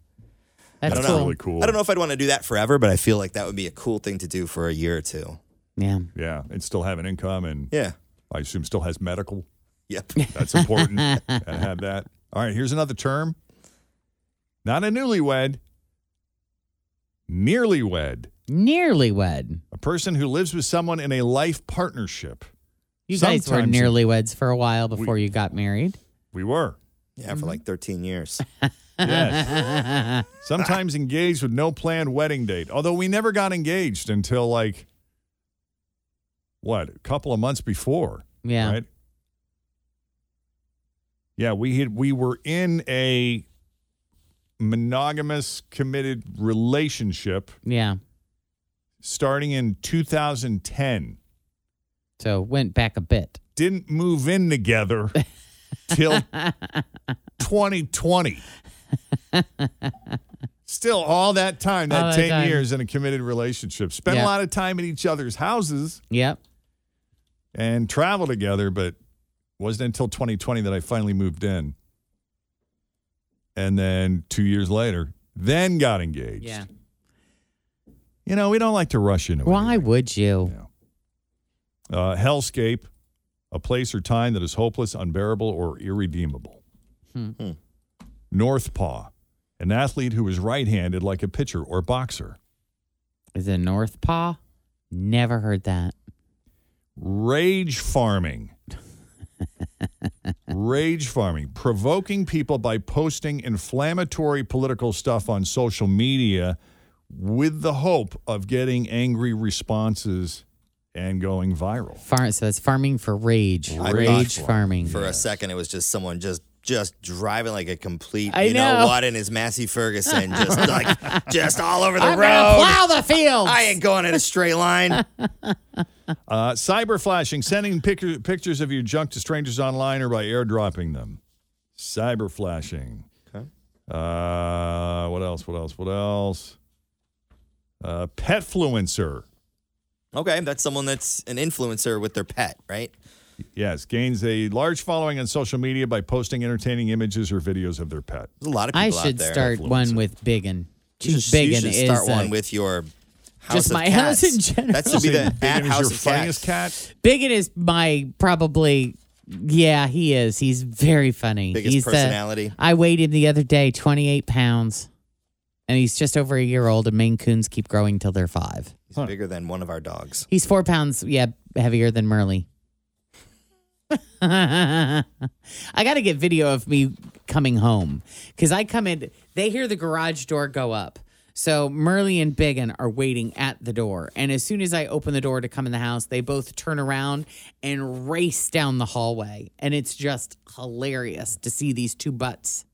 S2: That's
S3: I don't
S2: cool.
S3: know.
S1: Really cool.
S3: I don't know if I'd want to do that forever, but I feel like that would be a cool thing to do for a year or two.
S2: Yeah.
S1: Yeah, and still have an income, and
S3: Yeah.
S1: I assume still has medical.
S3: Yep.
S1: That's important. Gotta have that. All right, here's another term. Not a newlywed, nearly wed.
S2: Nearly wed.
S1: A person who lives with someone in a life partnership.
S2: You guys were
S1: Sometimes-
S2: nearly weds for a while before you got married.
S1: We were.
S3: Yeah, for like 13 years.
S1: Yes. Sometimes engaged with no planned wedding date. Although we never got engaged until like what, a couple of months before.
S2: Yeah.
S1: Right? Yeah, we had we were in a monogamous committed relationship
S2: Yeah.
S1: starting in 2010.
S2: So went back a bit.
S1: Didn't move in together till 2020. Still all that time, that
S2: All that
S1: 10
S2: time.
S1: years in a committed relationship. Spent a
S2: Yeah.
S1: lot of time at each other's houses
S2: Yep.
S1: and travel together, but wasn't until 2020 that I finally moved in. And then 2 years later, then got engaged.
S2: Yeah.
S1: You know, we don't like to rush into it.
S2: Why would you?
S1: Yeah. Uh, hellscape, a place or time that is hopeless, unbearable, or irredeemable. Hmm. North paw, an athlete who is right-handed like a pitcher or boxer.
S2: Is it North Paw? Never heard that.
S1: Rage farming. Rage farming, provoking people by posting inflammatory political stuff on social media with the hope of getting angry responses and going viral.
S2: Farm, so it's farming for rage.
S3: I
S2: rage
S3: thought
S2: farming.
S3: For a second, it was just someone just just driving like a complete,
S2: I
S3: you know,
S2: know.
S3: what in his Massey Ferguson, just like just all over the
S2: I'm gonna
S3: road.
S2: plow the field.
S3: I ain't going in a straight line.
S1: Uh, cyber flashing, sending picture, pictures of your junk to strangers online or by airdropping them. Cyber flashing.
S3: Okay.
S1: Uh, what else? What else? What else? Uh, petfluencer.
S3: Okay, that's someone that's an influencer with their pet, right?
S1: Yes, gains a large following on social media by posting entertaining images or videos of their pet.
S3: There's a lot of
S2: I
S3: people out
S2: should
S3: there.
S2: start one with Biggin.
S3: You should,
S2: Chief
S3: you
S2: Biggin
S3: should
S2: is
S3: start
S2: uh,
S3: one with your house
S2: just
S3: of
S2: my
S3: cats.
S2: house in general.
S3: That should be the at
S1: Biggin is
S3: house
S1: your
S3: of cats.
S1: funniest cat.
S2: Biggin is my probably. Yeah, he is. He's very funny.
S3: Biggest
S2: he's the-
S3: personality.
S2: I weighed him the other day, 28 pounds, and he's just over a year old. And Maine Coons keep growing till they're five.
S3: He's bigger than one of our dogs.
S2: He's four pounds, yeah, heavier than Merle. I got to get video of me coming home because I come in. They hear the garage door go up, So Merle and Biggin are waiting at the door. And as soon as I open the door to come in the house, they both turn around and race down the hallway. And it's just hilarious to see these two butts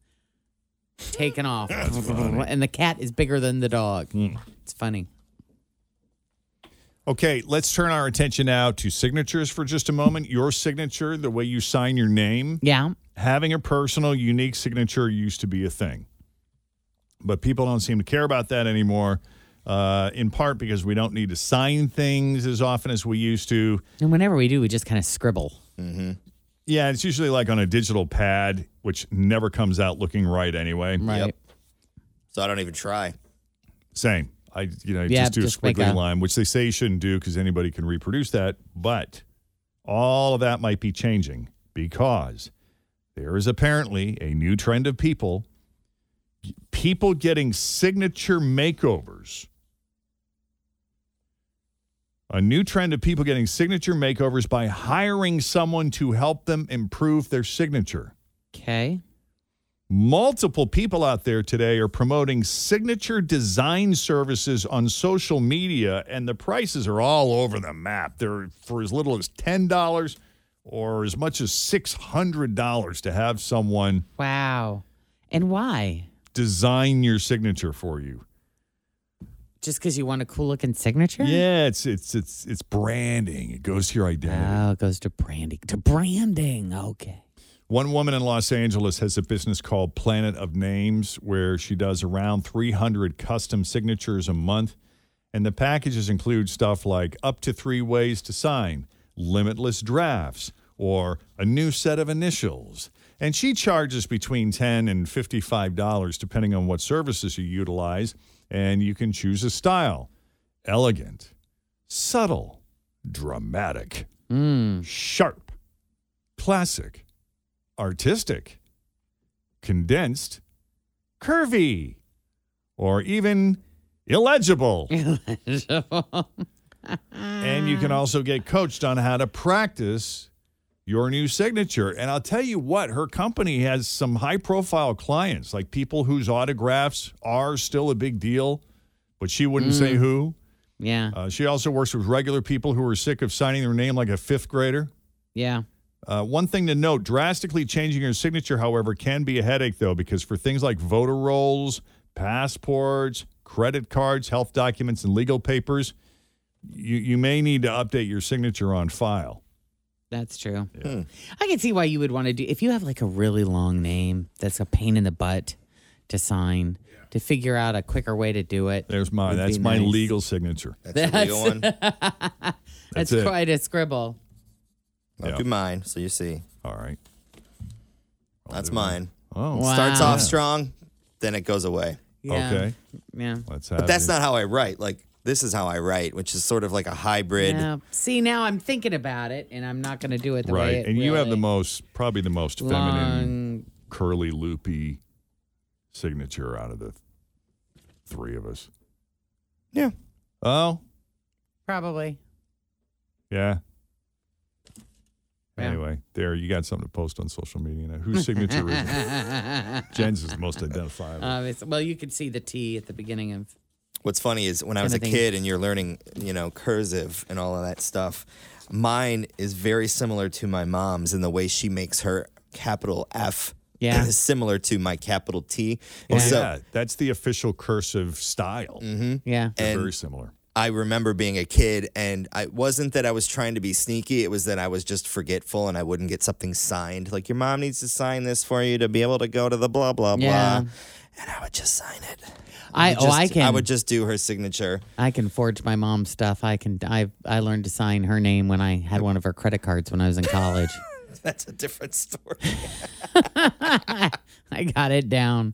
S2: taken off. and the cat is bigger than the dog. It's funny.
S1: Okay, let's turn our attention now to signatures for just a moment. Your signature, the way you sign your name.
S2: Yeah.
S1: Having a personal, unique signature used to be a thing, but people don't seem to care about that anymore. Uh, in part because we don't need to sign things as often as we used to.
S2: And whenever we do, we just kind of scribble.
S1: Mm-hmm. Yeah, it's usually like on a digital pad, which never comes out looking right anyway.
S2: Right.
S3: So I don't even try.
S1: Same. I you know
S3: Yeah,
S1: just do
S3: just
S1: a
S3: make
S1: squiggly
S3: a-
S1: line, which they say you shouldn't do because anybody can reproduce that. But all of that might be changing because there is apparently a new trend of people people getting signature makeovers. A new trend of people getting signature makeovers by hiring someone to help them improve their signature.
S2: Okay.
S1: Multiple people out there today are promoting signature design services on social media, and the prices are all over the map. They're for as little as $10 or as much as $600 to have someone.
S2: Wow. And why?
S1: Design your signature for you.
S2: Just because you want a cool looking signature?
S1: Yeah, it's it's it's it's branding. It goes to your identity.
S2: Oh, it goes to branding. To branding. Okay.
S1: One woman in Los Angeles has a business called Planet of Names where she does around 300 custom signatures a month. And the packages include stuff like up to three ways to sign, limitless drafts, or a new set of initials. And she charges between $10 and $55 depending on what services you utilize. And you can choose a style elegant, subtle, dramatic, sharp, classic artistic, condensed, curvy, or even illegible. and you can also get coached on how to practice your new signature. And I'll tell you what, her company has some high profile clients, like people whose autographs are still a big deal, but she wouldn't say
S2: Mm.
S1: who.
S2: Yeah.
S1: Uh, she also works with regular people who are sick of signing their name like a fifth grader.
S2: Yeah.
S1: Uh, one thing to note drastically changing your signature, however, can be a headache, though, because for things like voter rolls, passports, credit cards, health documents, and legal papers, you, you may need to update your signature on file.
S2: That's true. Hmm. I can see why you would want to do if you have like a really long name that's a pain in the butt to sign to figure out a quicker way to do it.
S1: There's mine.
S2: would
S1: That's
S2: be
S1: my
S2: nice.
S1: legal signature.
S2: That's,
S1: That's it.
S2: quite a scribble.
S3: I'll do mine, so you see.
S1: All right.
S3: That's mine.
S1: Oh.
S3: Starts
S2: Wow.
S3: off strong, then it goes away.
S2: Yeah. Okay. Yeah.
S1: Let's
S3: But that's not how I write. Like this is how I write, which is sort of like a hybrid.
S2: Yeah. See, now I'm thinking about it, and I'm not going to do it the
S1: right.
S2: way. It
S1: and you have the
S2: really-
S1: most, probably the most feminine, curly, loopy signature out of the three of us.
S3: Yeah.
S1: Oh,
S2: probably.
S1: Yeah.
S2: Yeah.
S1: Anyway, there you got something to post on social media now. Whose signature is it? Jen's is the most identifiable.
S2: Uh, it's- well, you could see the T at the beginning of.
S3: What's funny is when I was a
S2: Timothy.
S3: kid and you're learning, you know, cursive and all of that stuff, mine is very similar to my mom's in the way she makes her capital F.
S2: Yeah.
S3: is similar to my capital T.
S1: Oh,
S3: And so-
S1: yeah. That's the official cursive style.
S2: Yeah.
S1: They're
S3: Mm-hmm. And-
S1: very similar.
S3: I remember being a kid, and I it wasn't that I was trying to be sneaky. It was that I was just forgetful, and I wouldn't get something signed. Like your mom needs to sign this for you to be able to go to the blah blah
S2: Yeah.
S3: blah. And I would just sign it.
S2: I-
S3: would
S2: oh,
S3: just-
S2: I
S3: I
S2: can-
S3: would just do her signature.
S2: I can forge my mom's stuff. I can. I I learned to sign her name when I had one of her credit cards when I was in college.
S3: That's a different story.
S2: I got it down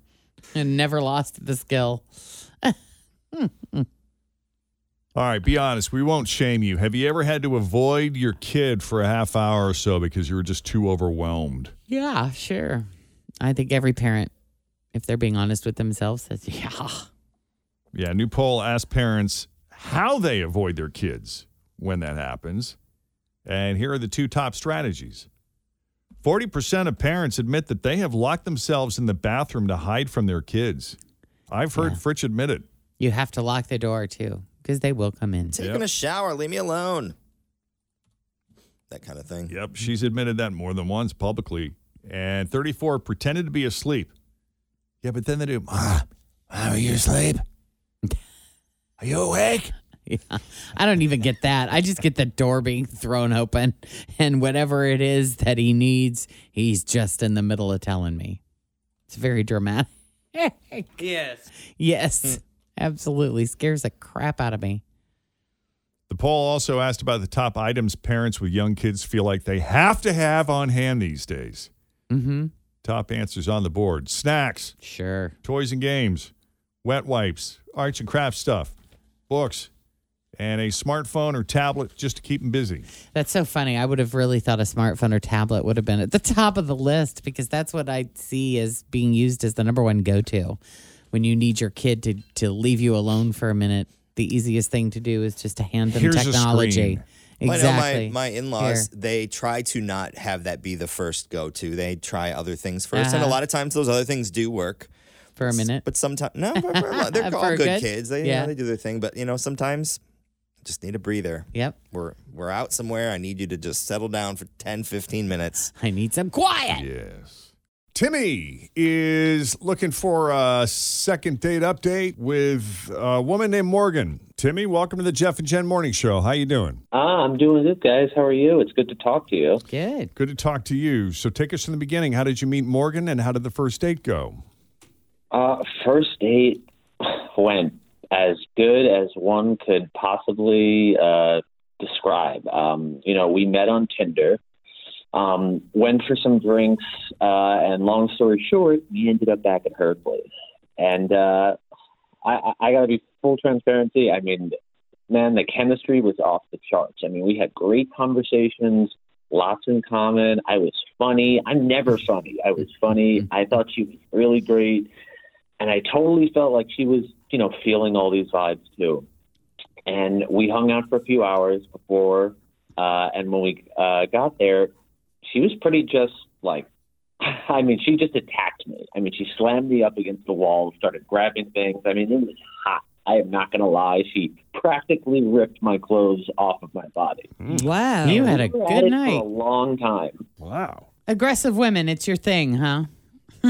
S2: and never lost the skill.
S1: All right, be honest. We won't shame you. Have you ever had to avoid your kid for a half hour or so because you were just too overwhelmed?
S2: Yeah, sure. I think every parent, if they're being honest with themselves, says, yeah.
S1: Yeah, a new poll asked parents how they avoid their kids when that happens. And here are the two top strategies 40% of parents admit that they have locked themselves in the bathroom to hide from their kids. I've heard Fritch admit it.
S2: You have to lock the door too because they will come in.
S3: Taking a shower, leave me alone. That kind of thing.
S1: Yep, she's admitted that more than once publicly. And 34 pretended to be asleep. Yeah, but then they do. "Mom, Mom, are you asleep? Are you awake?
S2: Yeah. I don't even get that. I just get the door being thrown open and whatever it is that he needs, he's just in the middle of telling me. It's very dramatic.
S12: yes.
S2: Yes, absolutely. Scares the crap out of me.
S1: The poll also asked about the top items parents with young kids feel like they have to have on hand these days.
S2: Mm-hmm.
S1: Top answers on the board snacks,
S2: Sure.
S1: toys and games, wet wipes, arts and crafts stuff, books, and a smartphone or tablet just to keep them busy.
S2: That's so funny. I would have really thought a smartphone or tablet would have been at the top of the list because that's what I see as being used as the number one go to. When you need your kid to, to leave you alone for a minute, the easiest thing to do is just to hand them
S1: Here's a
S2: technology.
S1: screen.
S3: Well,
S2: Exactly.
S3: I know my, my in-laws, they try to not have that be the first go-to. They try other things 1st and a
S2: Uh-huh.
S3: lot of times those other things do work.
S2: for a minute.
S3: But sometimes, no, but for a lot- they're
S2: For
S3: all good,
S2: good?
S3: kids. They, you know,
S2: Yeah.
S3: they do their thing. But, you know, sometimes just need a breather.
S2: Yep.
S3: We're, we're out somewhere. I need you to just settle down for 10, 15 minutes.
S2: I need some quiet.
S1: Yes. Timmy is looking for a second date update with a woman named Morgan. Timmy, welcome to the Jeff and Jen Morning Show. How you doing?
S14: Ah, I'm doing good, guys. How are you? It's good to talk to you.
S2: Good.
S1: Good to talk to you. So take us from the beginning. How did you meet Morgan and how did the first date go?
S14: Uh, first date went as good as one could possibly uh, describe. Um, you know, we met on Tinder, um, went for some drinks, uh, and long story short, we ended up back at her place. And uh, I, I- I got to be full transparency. I mean, man, the chemistry was off the charts. I mean, we had great conversations, lots in common. I was funny. I'm never funny. I was funny. I thought she was really great. And I totally felt like she was, you know, feeling all these vibes too. And we hung out for a few hours before. Uh, and when we uh, got there, she was pretty just like, I mean, she just attacked me. I mean, she slammed me up against the wall, started grabbing things. I mean, it was hot. I am not going to lie. She practically ripped my clothes off of my body.
S2: Wow. You had a
S14: We were at
S2: good
S14: it
S2: night.
S14: For a long time.
S1: Wow.
S2: Aggressive women, it's your thing, huh?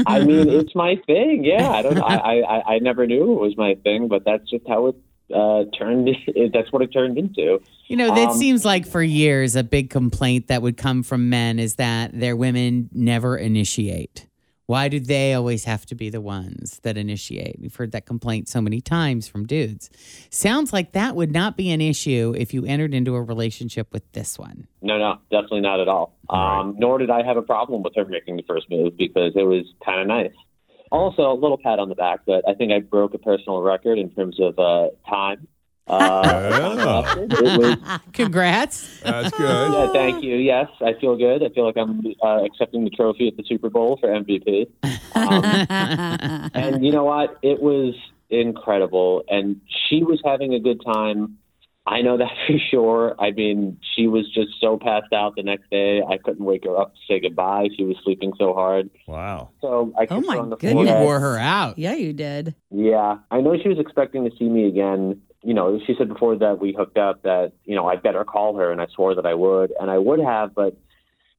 S14: I mean, it's my thing. Yeah, I don't. I, I I- I never knew it was my thing, but that's just how it uh, turned. that's what it turned into.
S2: You know, that
S14: Um,
S2: seems like for years a big complaint that would come from men is that their women never initiate. Why do they always have to be the ones that initiate? We've heard that complaint so many times from dudes. Sounds like that would not be an issue if you entered into a relationship with this one.
S14: No, no, definitely not at all. Um, Nor did I have a problem with her making the first move because it was kind of nice. Also, a little pat on the back, but I think I broke a personal record in terms of uh, time. Uh, it was
S2: Congrats.
S1: That's good.
S14: Yeah, thank you. Yes, I feel good. I feel like I'm uh, accepting the trophy at the Super Bowl for MVP. Um, and you know what? It was incredible, and she was having a good time. I know that for sure. I mean, she was just so passed out the next day. I couldn't wake her up to say goodbye. She was sleeping so hard.
S1: Wow.
S14: So I kissed her on the
S2: You
S14: forehead.
S2: wore her out.
S15: Yeah, you did.
S14: Yeah, I know she was expecting to see me again. You know, she said before that we hooked up that you know I'd better call her, and I swore that I would, and I would have, but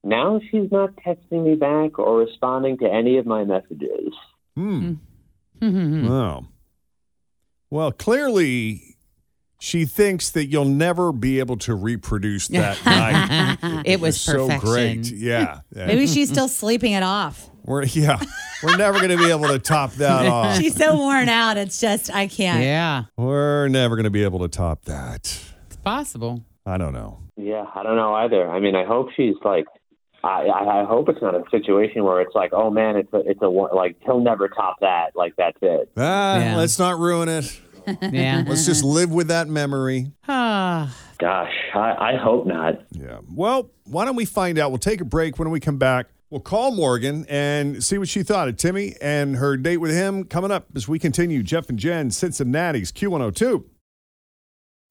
S14: now she's not texting me back or responding to any of my messages.
S1: Hmm.
S15: Hmm.
S1: Wow. Well, clearly she thinks that you'll never be able to reproduce that night.
S15: It was
S1: so great.
S15: perfection.
S1: Yeah. Yeah.
S15: Maybe she's still sleeping it off.
S1: We're yeah. We're never going to be able to top that off.
S15: She's so worn out. It's just I can't.
S2: Yeah.
S1: We're never going to be able to top that.
S2: It's possible.
S1: I don't know.
S14: Yeah, I don't know either. I mean, I hope she's like, I, I I hope it's not a situation where it's like, oh man, it's a, it's a one- like he'll never top that. Like that's it.
S1: Ah,
S14: Yeah.
S1: let's not ruin it.
S2: Yeah.
S1: Let's
S15: Uh-huh.
S1: just live with that memory.
S2: Ah.
S14: Gosh, I, I hope not.
S1: Yeah. Well, why don't we find out? We'll take a break. When we come back, we'll call Morgan and see what she thought of Timmy and her date with him coming up as we continue. Jeff and Jen, Cincinnati's Q102.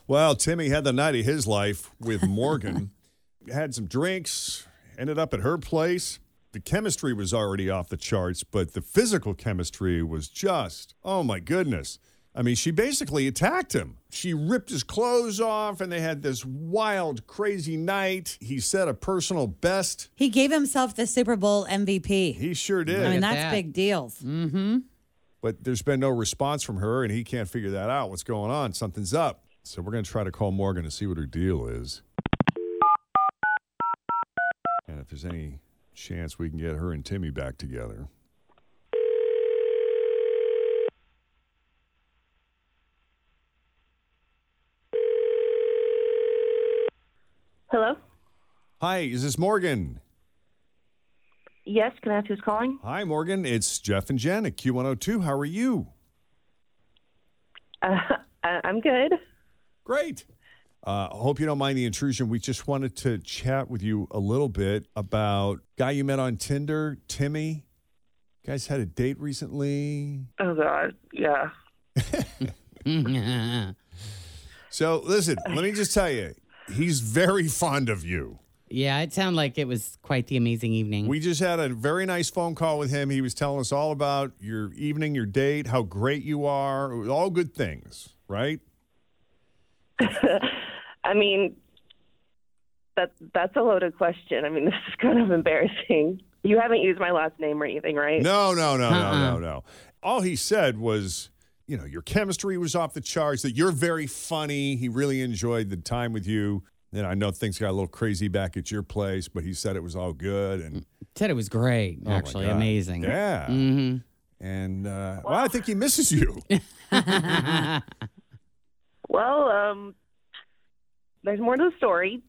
S1: Well, Timmy had the night of his life with Morgan. had some drinks, ended up at her place. The chemistry was already off the charts, but the physical chemistry was just, oh my goodness. I mean, she basically attacked him. She ripped his clothes off, and they had this wild, crazy night. He set a personal best.
S16: He gave himself the Super Bowl MVP.
S1: He sure
S16: I
S1: did.
S16: mean,
S1: Look at
S16: that's
S1: that. Mm.
S16: big deals.
S2: Mm-hmm.
S1: But there's been no response from her, and he can't figure that out. What's going on? Something's up. So we're going to try to call Morgan to see what her deal is. And if there's any chance we can get her and Timmy back together.
S14: Hello?
S1: Hi, is this Morgan?
S14: Yes, can I ask who's calling?
S1: Hi, Morgan. It's Jeff and Jen at Q102. How are you?
S14: Uh, I- I'm good.
S1: Great. Uh, I hope you don't mind the intrusion. We just wanted to chat with you a little bit about guy you met on Tinder, Timmy. You guys had a date recently.
S14: Oh, God. Yeah.
S1: So listen, let me just tell you, he's very fond of you.
S2: Yeah, it sounded like it was quite the amazing evening.
S1: We just had a very nice phone call with him. He was telling us all about your evening, your date, how great you are, It was all good things, right?
S14: I mean, that that's a loaded question. I mean, this is kind of embarrassing. You haven't used my last name or anything, right?
S1: No, no, no,
S2: Uh-uh.
S1: no, no, no. All he said was, you know, your chemistry was off the charts, that you're very funny. He really enjoyed the time with you. And I know things got a little crazy back at your place, but he said it was all good. And
S2: said it was great,
S1: Oh my
S2: actually.
S1: God.
S2: Amazing.
S1: Yeah.
S2: Mm-hmm.
S1: And uh, well, I think he misses you.
S14: Well, um, there's more to the story,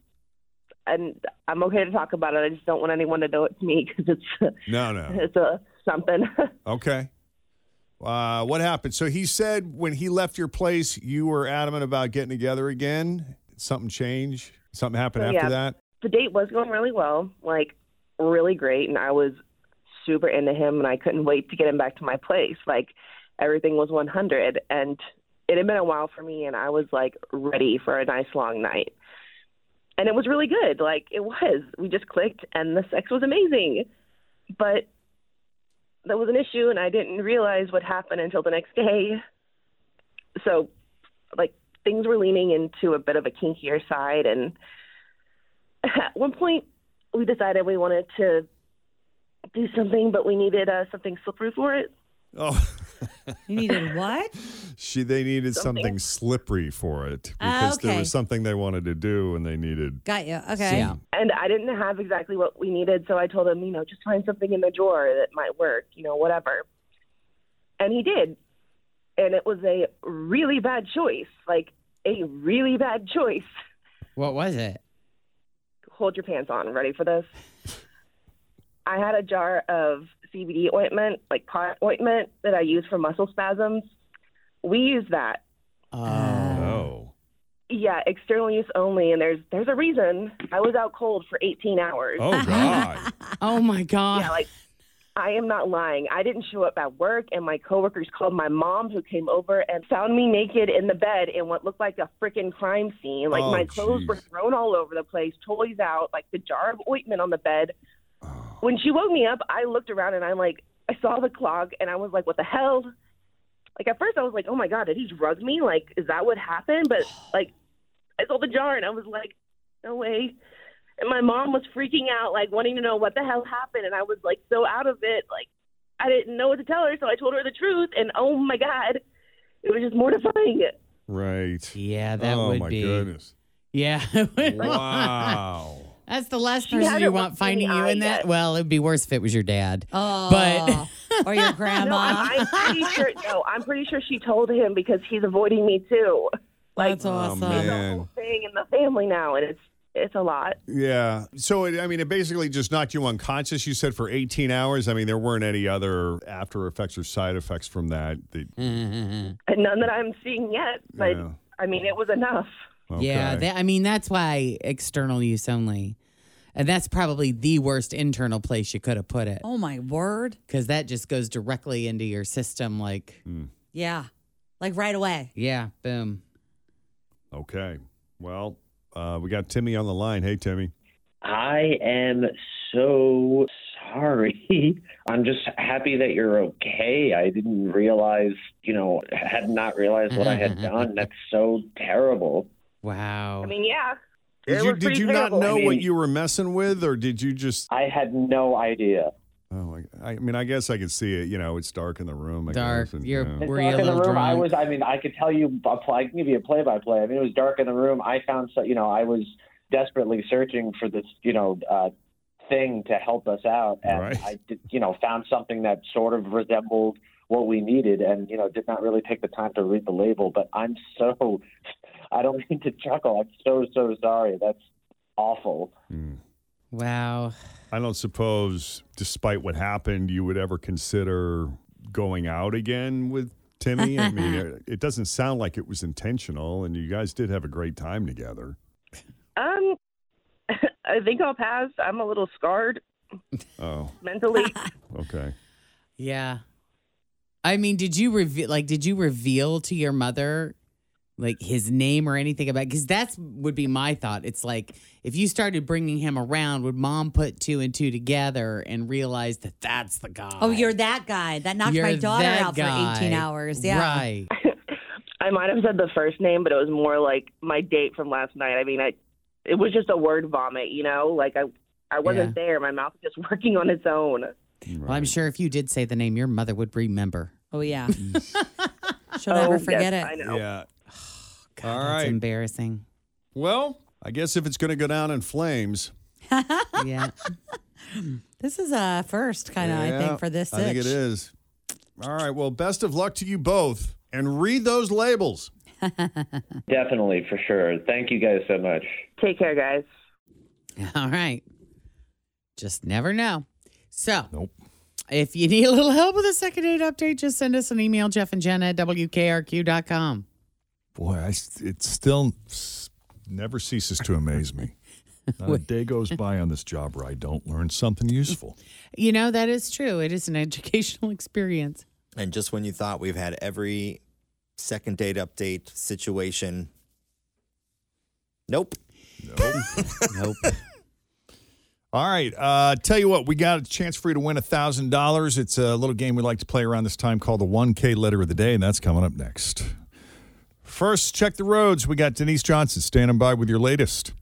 S14: and I'm okay to talk about it. I just don't want anyone to know it's me because it's
S1: No, no.
S14: it's a something.
S1: Okay. Uh, what happened? So he said when he left your place, you were adamant about getting together again. Did something change? Something happened
S14: So,
S1: after
S14: yeah,
S1: that?
S14: The date was going really well, like really great, and I was super into him, and I couldn't wait to get him back to my place. Like everything was 100, and it had been a while for me, and I was like ready for a nice long night. And it was really good. Like it was. We just clicked, and the sex was amazing. But there was an issue, and I didn't realize what happened until the next day. So, like, things were leaning into a bit of a kinkier side, and at one point we decided we wanted to do something, but we needed uh, something slippery for it.
S1: Oh,
S16: You needed what?
S1: she they needed something,
S14: Something.
S1: slippery for it
S14: Ah,
S1: because there
S14: okay.
S1: was something they wanted to do and they needed.
S16: Got you. Okay.
S1: Yeah.
S14: And I didn't have exactly what we needed, so I told him, you know, just find something in the drawer that might work, you know, whatever. And he did. And it was a really bad choice, like a really bad choice.
S2: What was it?
S14: Hold your pants on. Ready for this? I had a jar of CBD ointment, like pot ointment, that I use for muscle spasms. We use that
S16: Uh.
S1: Oh.
S14: Yeah, external use only, and there's there's a reason. I was out cold for 18 hours.
S1: Oh, God.
S2: Oh my god.
S14: yeah, like I am not lying. I didn't show up at work, and my coworkers called my mom, who came over and found me naked in the bed in what looked like a freaking crime scene. Like
S1: Oh,
S14: my clothes were
S1: jeez.
S14: thrown all over the place, toys out, like the jar of ointment on the bed.
S1: Oh.
S14: When she woke me up, I looked around and I'm like, I saw the clock, and I was like, what the hell? Like at first, I was like, oh my god, did he drug me? Like, is that what happened? But like, I saw the jar, and I was like, no way. And my mom was freaking out, like wanting to know what the hell happened. And I was like so out of it, like I didn't know what to tell her. So I told her the truth. And oh my God, it was just mortifying.
S1: Right.
S2: Yeah, that
S1: oh,
S2: would
S1: my
S2: be-
S1: goodness.
S2: Yeah.
S1: Wow.
S2: That's the last
S14: She
S2: person
S14: hasn't
S2: you
S14: looked
S2: want
S14: me in the
S2: finding you
S14: eye
S2: in that. Well, it would be worse if it was your dad.
S16: Oh.
S2: But
S16: or your
S14: No,
S16: grandma.
S14: I'm, I'm pretty sure. No, I'm pretty sure she told him because he's avoiding me too. Like
S16: That's awesome.
S1: Oh, man.
S14: staying in the family now, and it's it's a lot.
S1: Yeah. So, it, I mean, it basically just knocked you unconscious, you said, for 18 hours. I mean, there weren't any other after effects or side effects from that. that-
S2: Mm,
S14: And none that I'm seeing yet, but
S1: Yeah.
S14: I mean, it was enough.
S2: yeah,
S1: Okay.
S2: that, I mean that's why external use only. And that's probably the worst internal place you could have put it
S16: Oh my word.
S2: cuz that just goes directly into your system like
S16: Yeah. Like right away.
S2: yeah, boom.
S1: okay. Well, uh, we got Timmy on the line. Hey, Timmy.
S17: I am so
S14: sorry. I'm just happy that you're okay. I didn't realize, you know, had not realized what I had done. That's so terrible.
S2: Wow.
S18: I mean, yeah.
S1: Did
S18: It
S1: you
S18: was
S1: did
S18: pretty
S1: you not
S18: terrible.
S1: know
S18: I
S1: what
S18: mean-
S1: you were messing with, or did you just?
S14: I had no idea.
S1: Oh, I, I mean, I guess I could see it. You know, it's dark in the room. I
S2: Dark.
S1: Guess, and,
S2: You're-
S1: yeah.
S14: It's
S2: Were you
S14: dark
S2: a
S14: in the
S2: little
S14: room. I
S2: drunk?
S14: was. I mean, I could tell you. a pl- I can give you a play-by-play. I mean, it was dark in the room. I found. So, you know, I was desperately searching for this. You know. Uh, thing to help us out and
S1: Right.
S14: I did, you know found something that sort of resembled what we needed and you know did not really take the time to read the label but I'm so I don't mean to chuckle I'm so so sorry that's awful
S2: Wow.
S1: I don't suppose, despite what happened, you would ever consider going out again with Timmy. I mean, it, it doesn't sound like it was intentional, and you guys did have a great time together.
S18: Um, I think I'll pass. I'm a little scarred
S1: Oh,
S18: mentally.
S1: okay.
S2: Yeah. I mean, did you reveal like did you reveal to your mother like his name or anything about cuz that's would be my thought. It's like if you started bringing him around, would mom put two and two together and realize that that's the guy?
S15: Oh, you're that guy that knocked my
S2: You're
S15: daughter
S2: that
S15: out for 18
S2: guy.
S15: hours. Yeah.
S2: Right.
S18: I might have said the first name, but it was more like my date from last night. I mean, I it was just a word vomit, you know? Like I I wasn't there. My mouth was just working on its own.
S2: Well, I'm sure if you did say the name, your mother would remember.
S15: Oh, yeah. She'll never
S18: Oh, yes,
S15: forget it.
S18: I know.
S1: Yeah. All
S2: That's
S1: right.
S2: embarrassing.
S1: Well, I guess if it's going to go down in flames,
S2: Yeah.
S15: This is a first, kind of, I
S1: Yeah,
S15: think, for this.
S1: I think
S15: itch.
S1: it is. All right. Well, best of luck to you both, and read those labels.
S14: definitely for sure thank you guys so much
S18: Take care, guys.
S2: All right. Just never know. So,
S1: Nope.
S2: if you need a little help with a second date update, just send us an email, Jeff and Jenna at WKRQ.com.
S1: Boy, I, s- it still s- never ceases to amaze me. Not a day goes by on this job where I don't learn something useful.
S2: You know, that is true. It is an educational experience.
S3: And just when you thought we've had every second date update situation, nope.
S2: Nope.
S1: All right. Uh, tell you what, we got a chance for you to win $1,000. It's a little game we like to play around this time called the 1K letter of the day, and that's coming up next. First, check the roads. We got Denise Johnson standing by with your latest.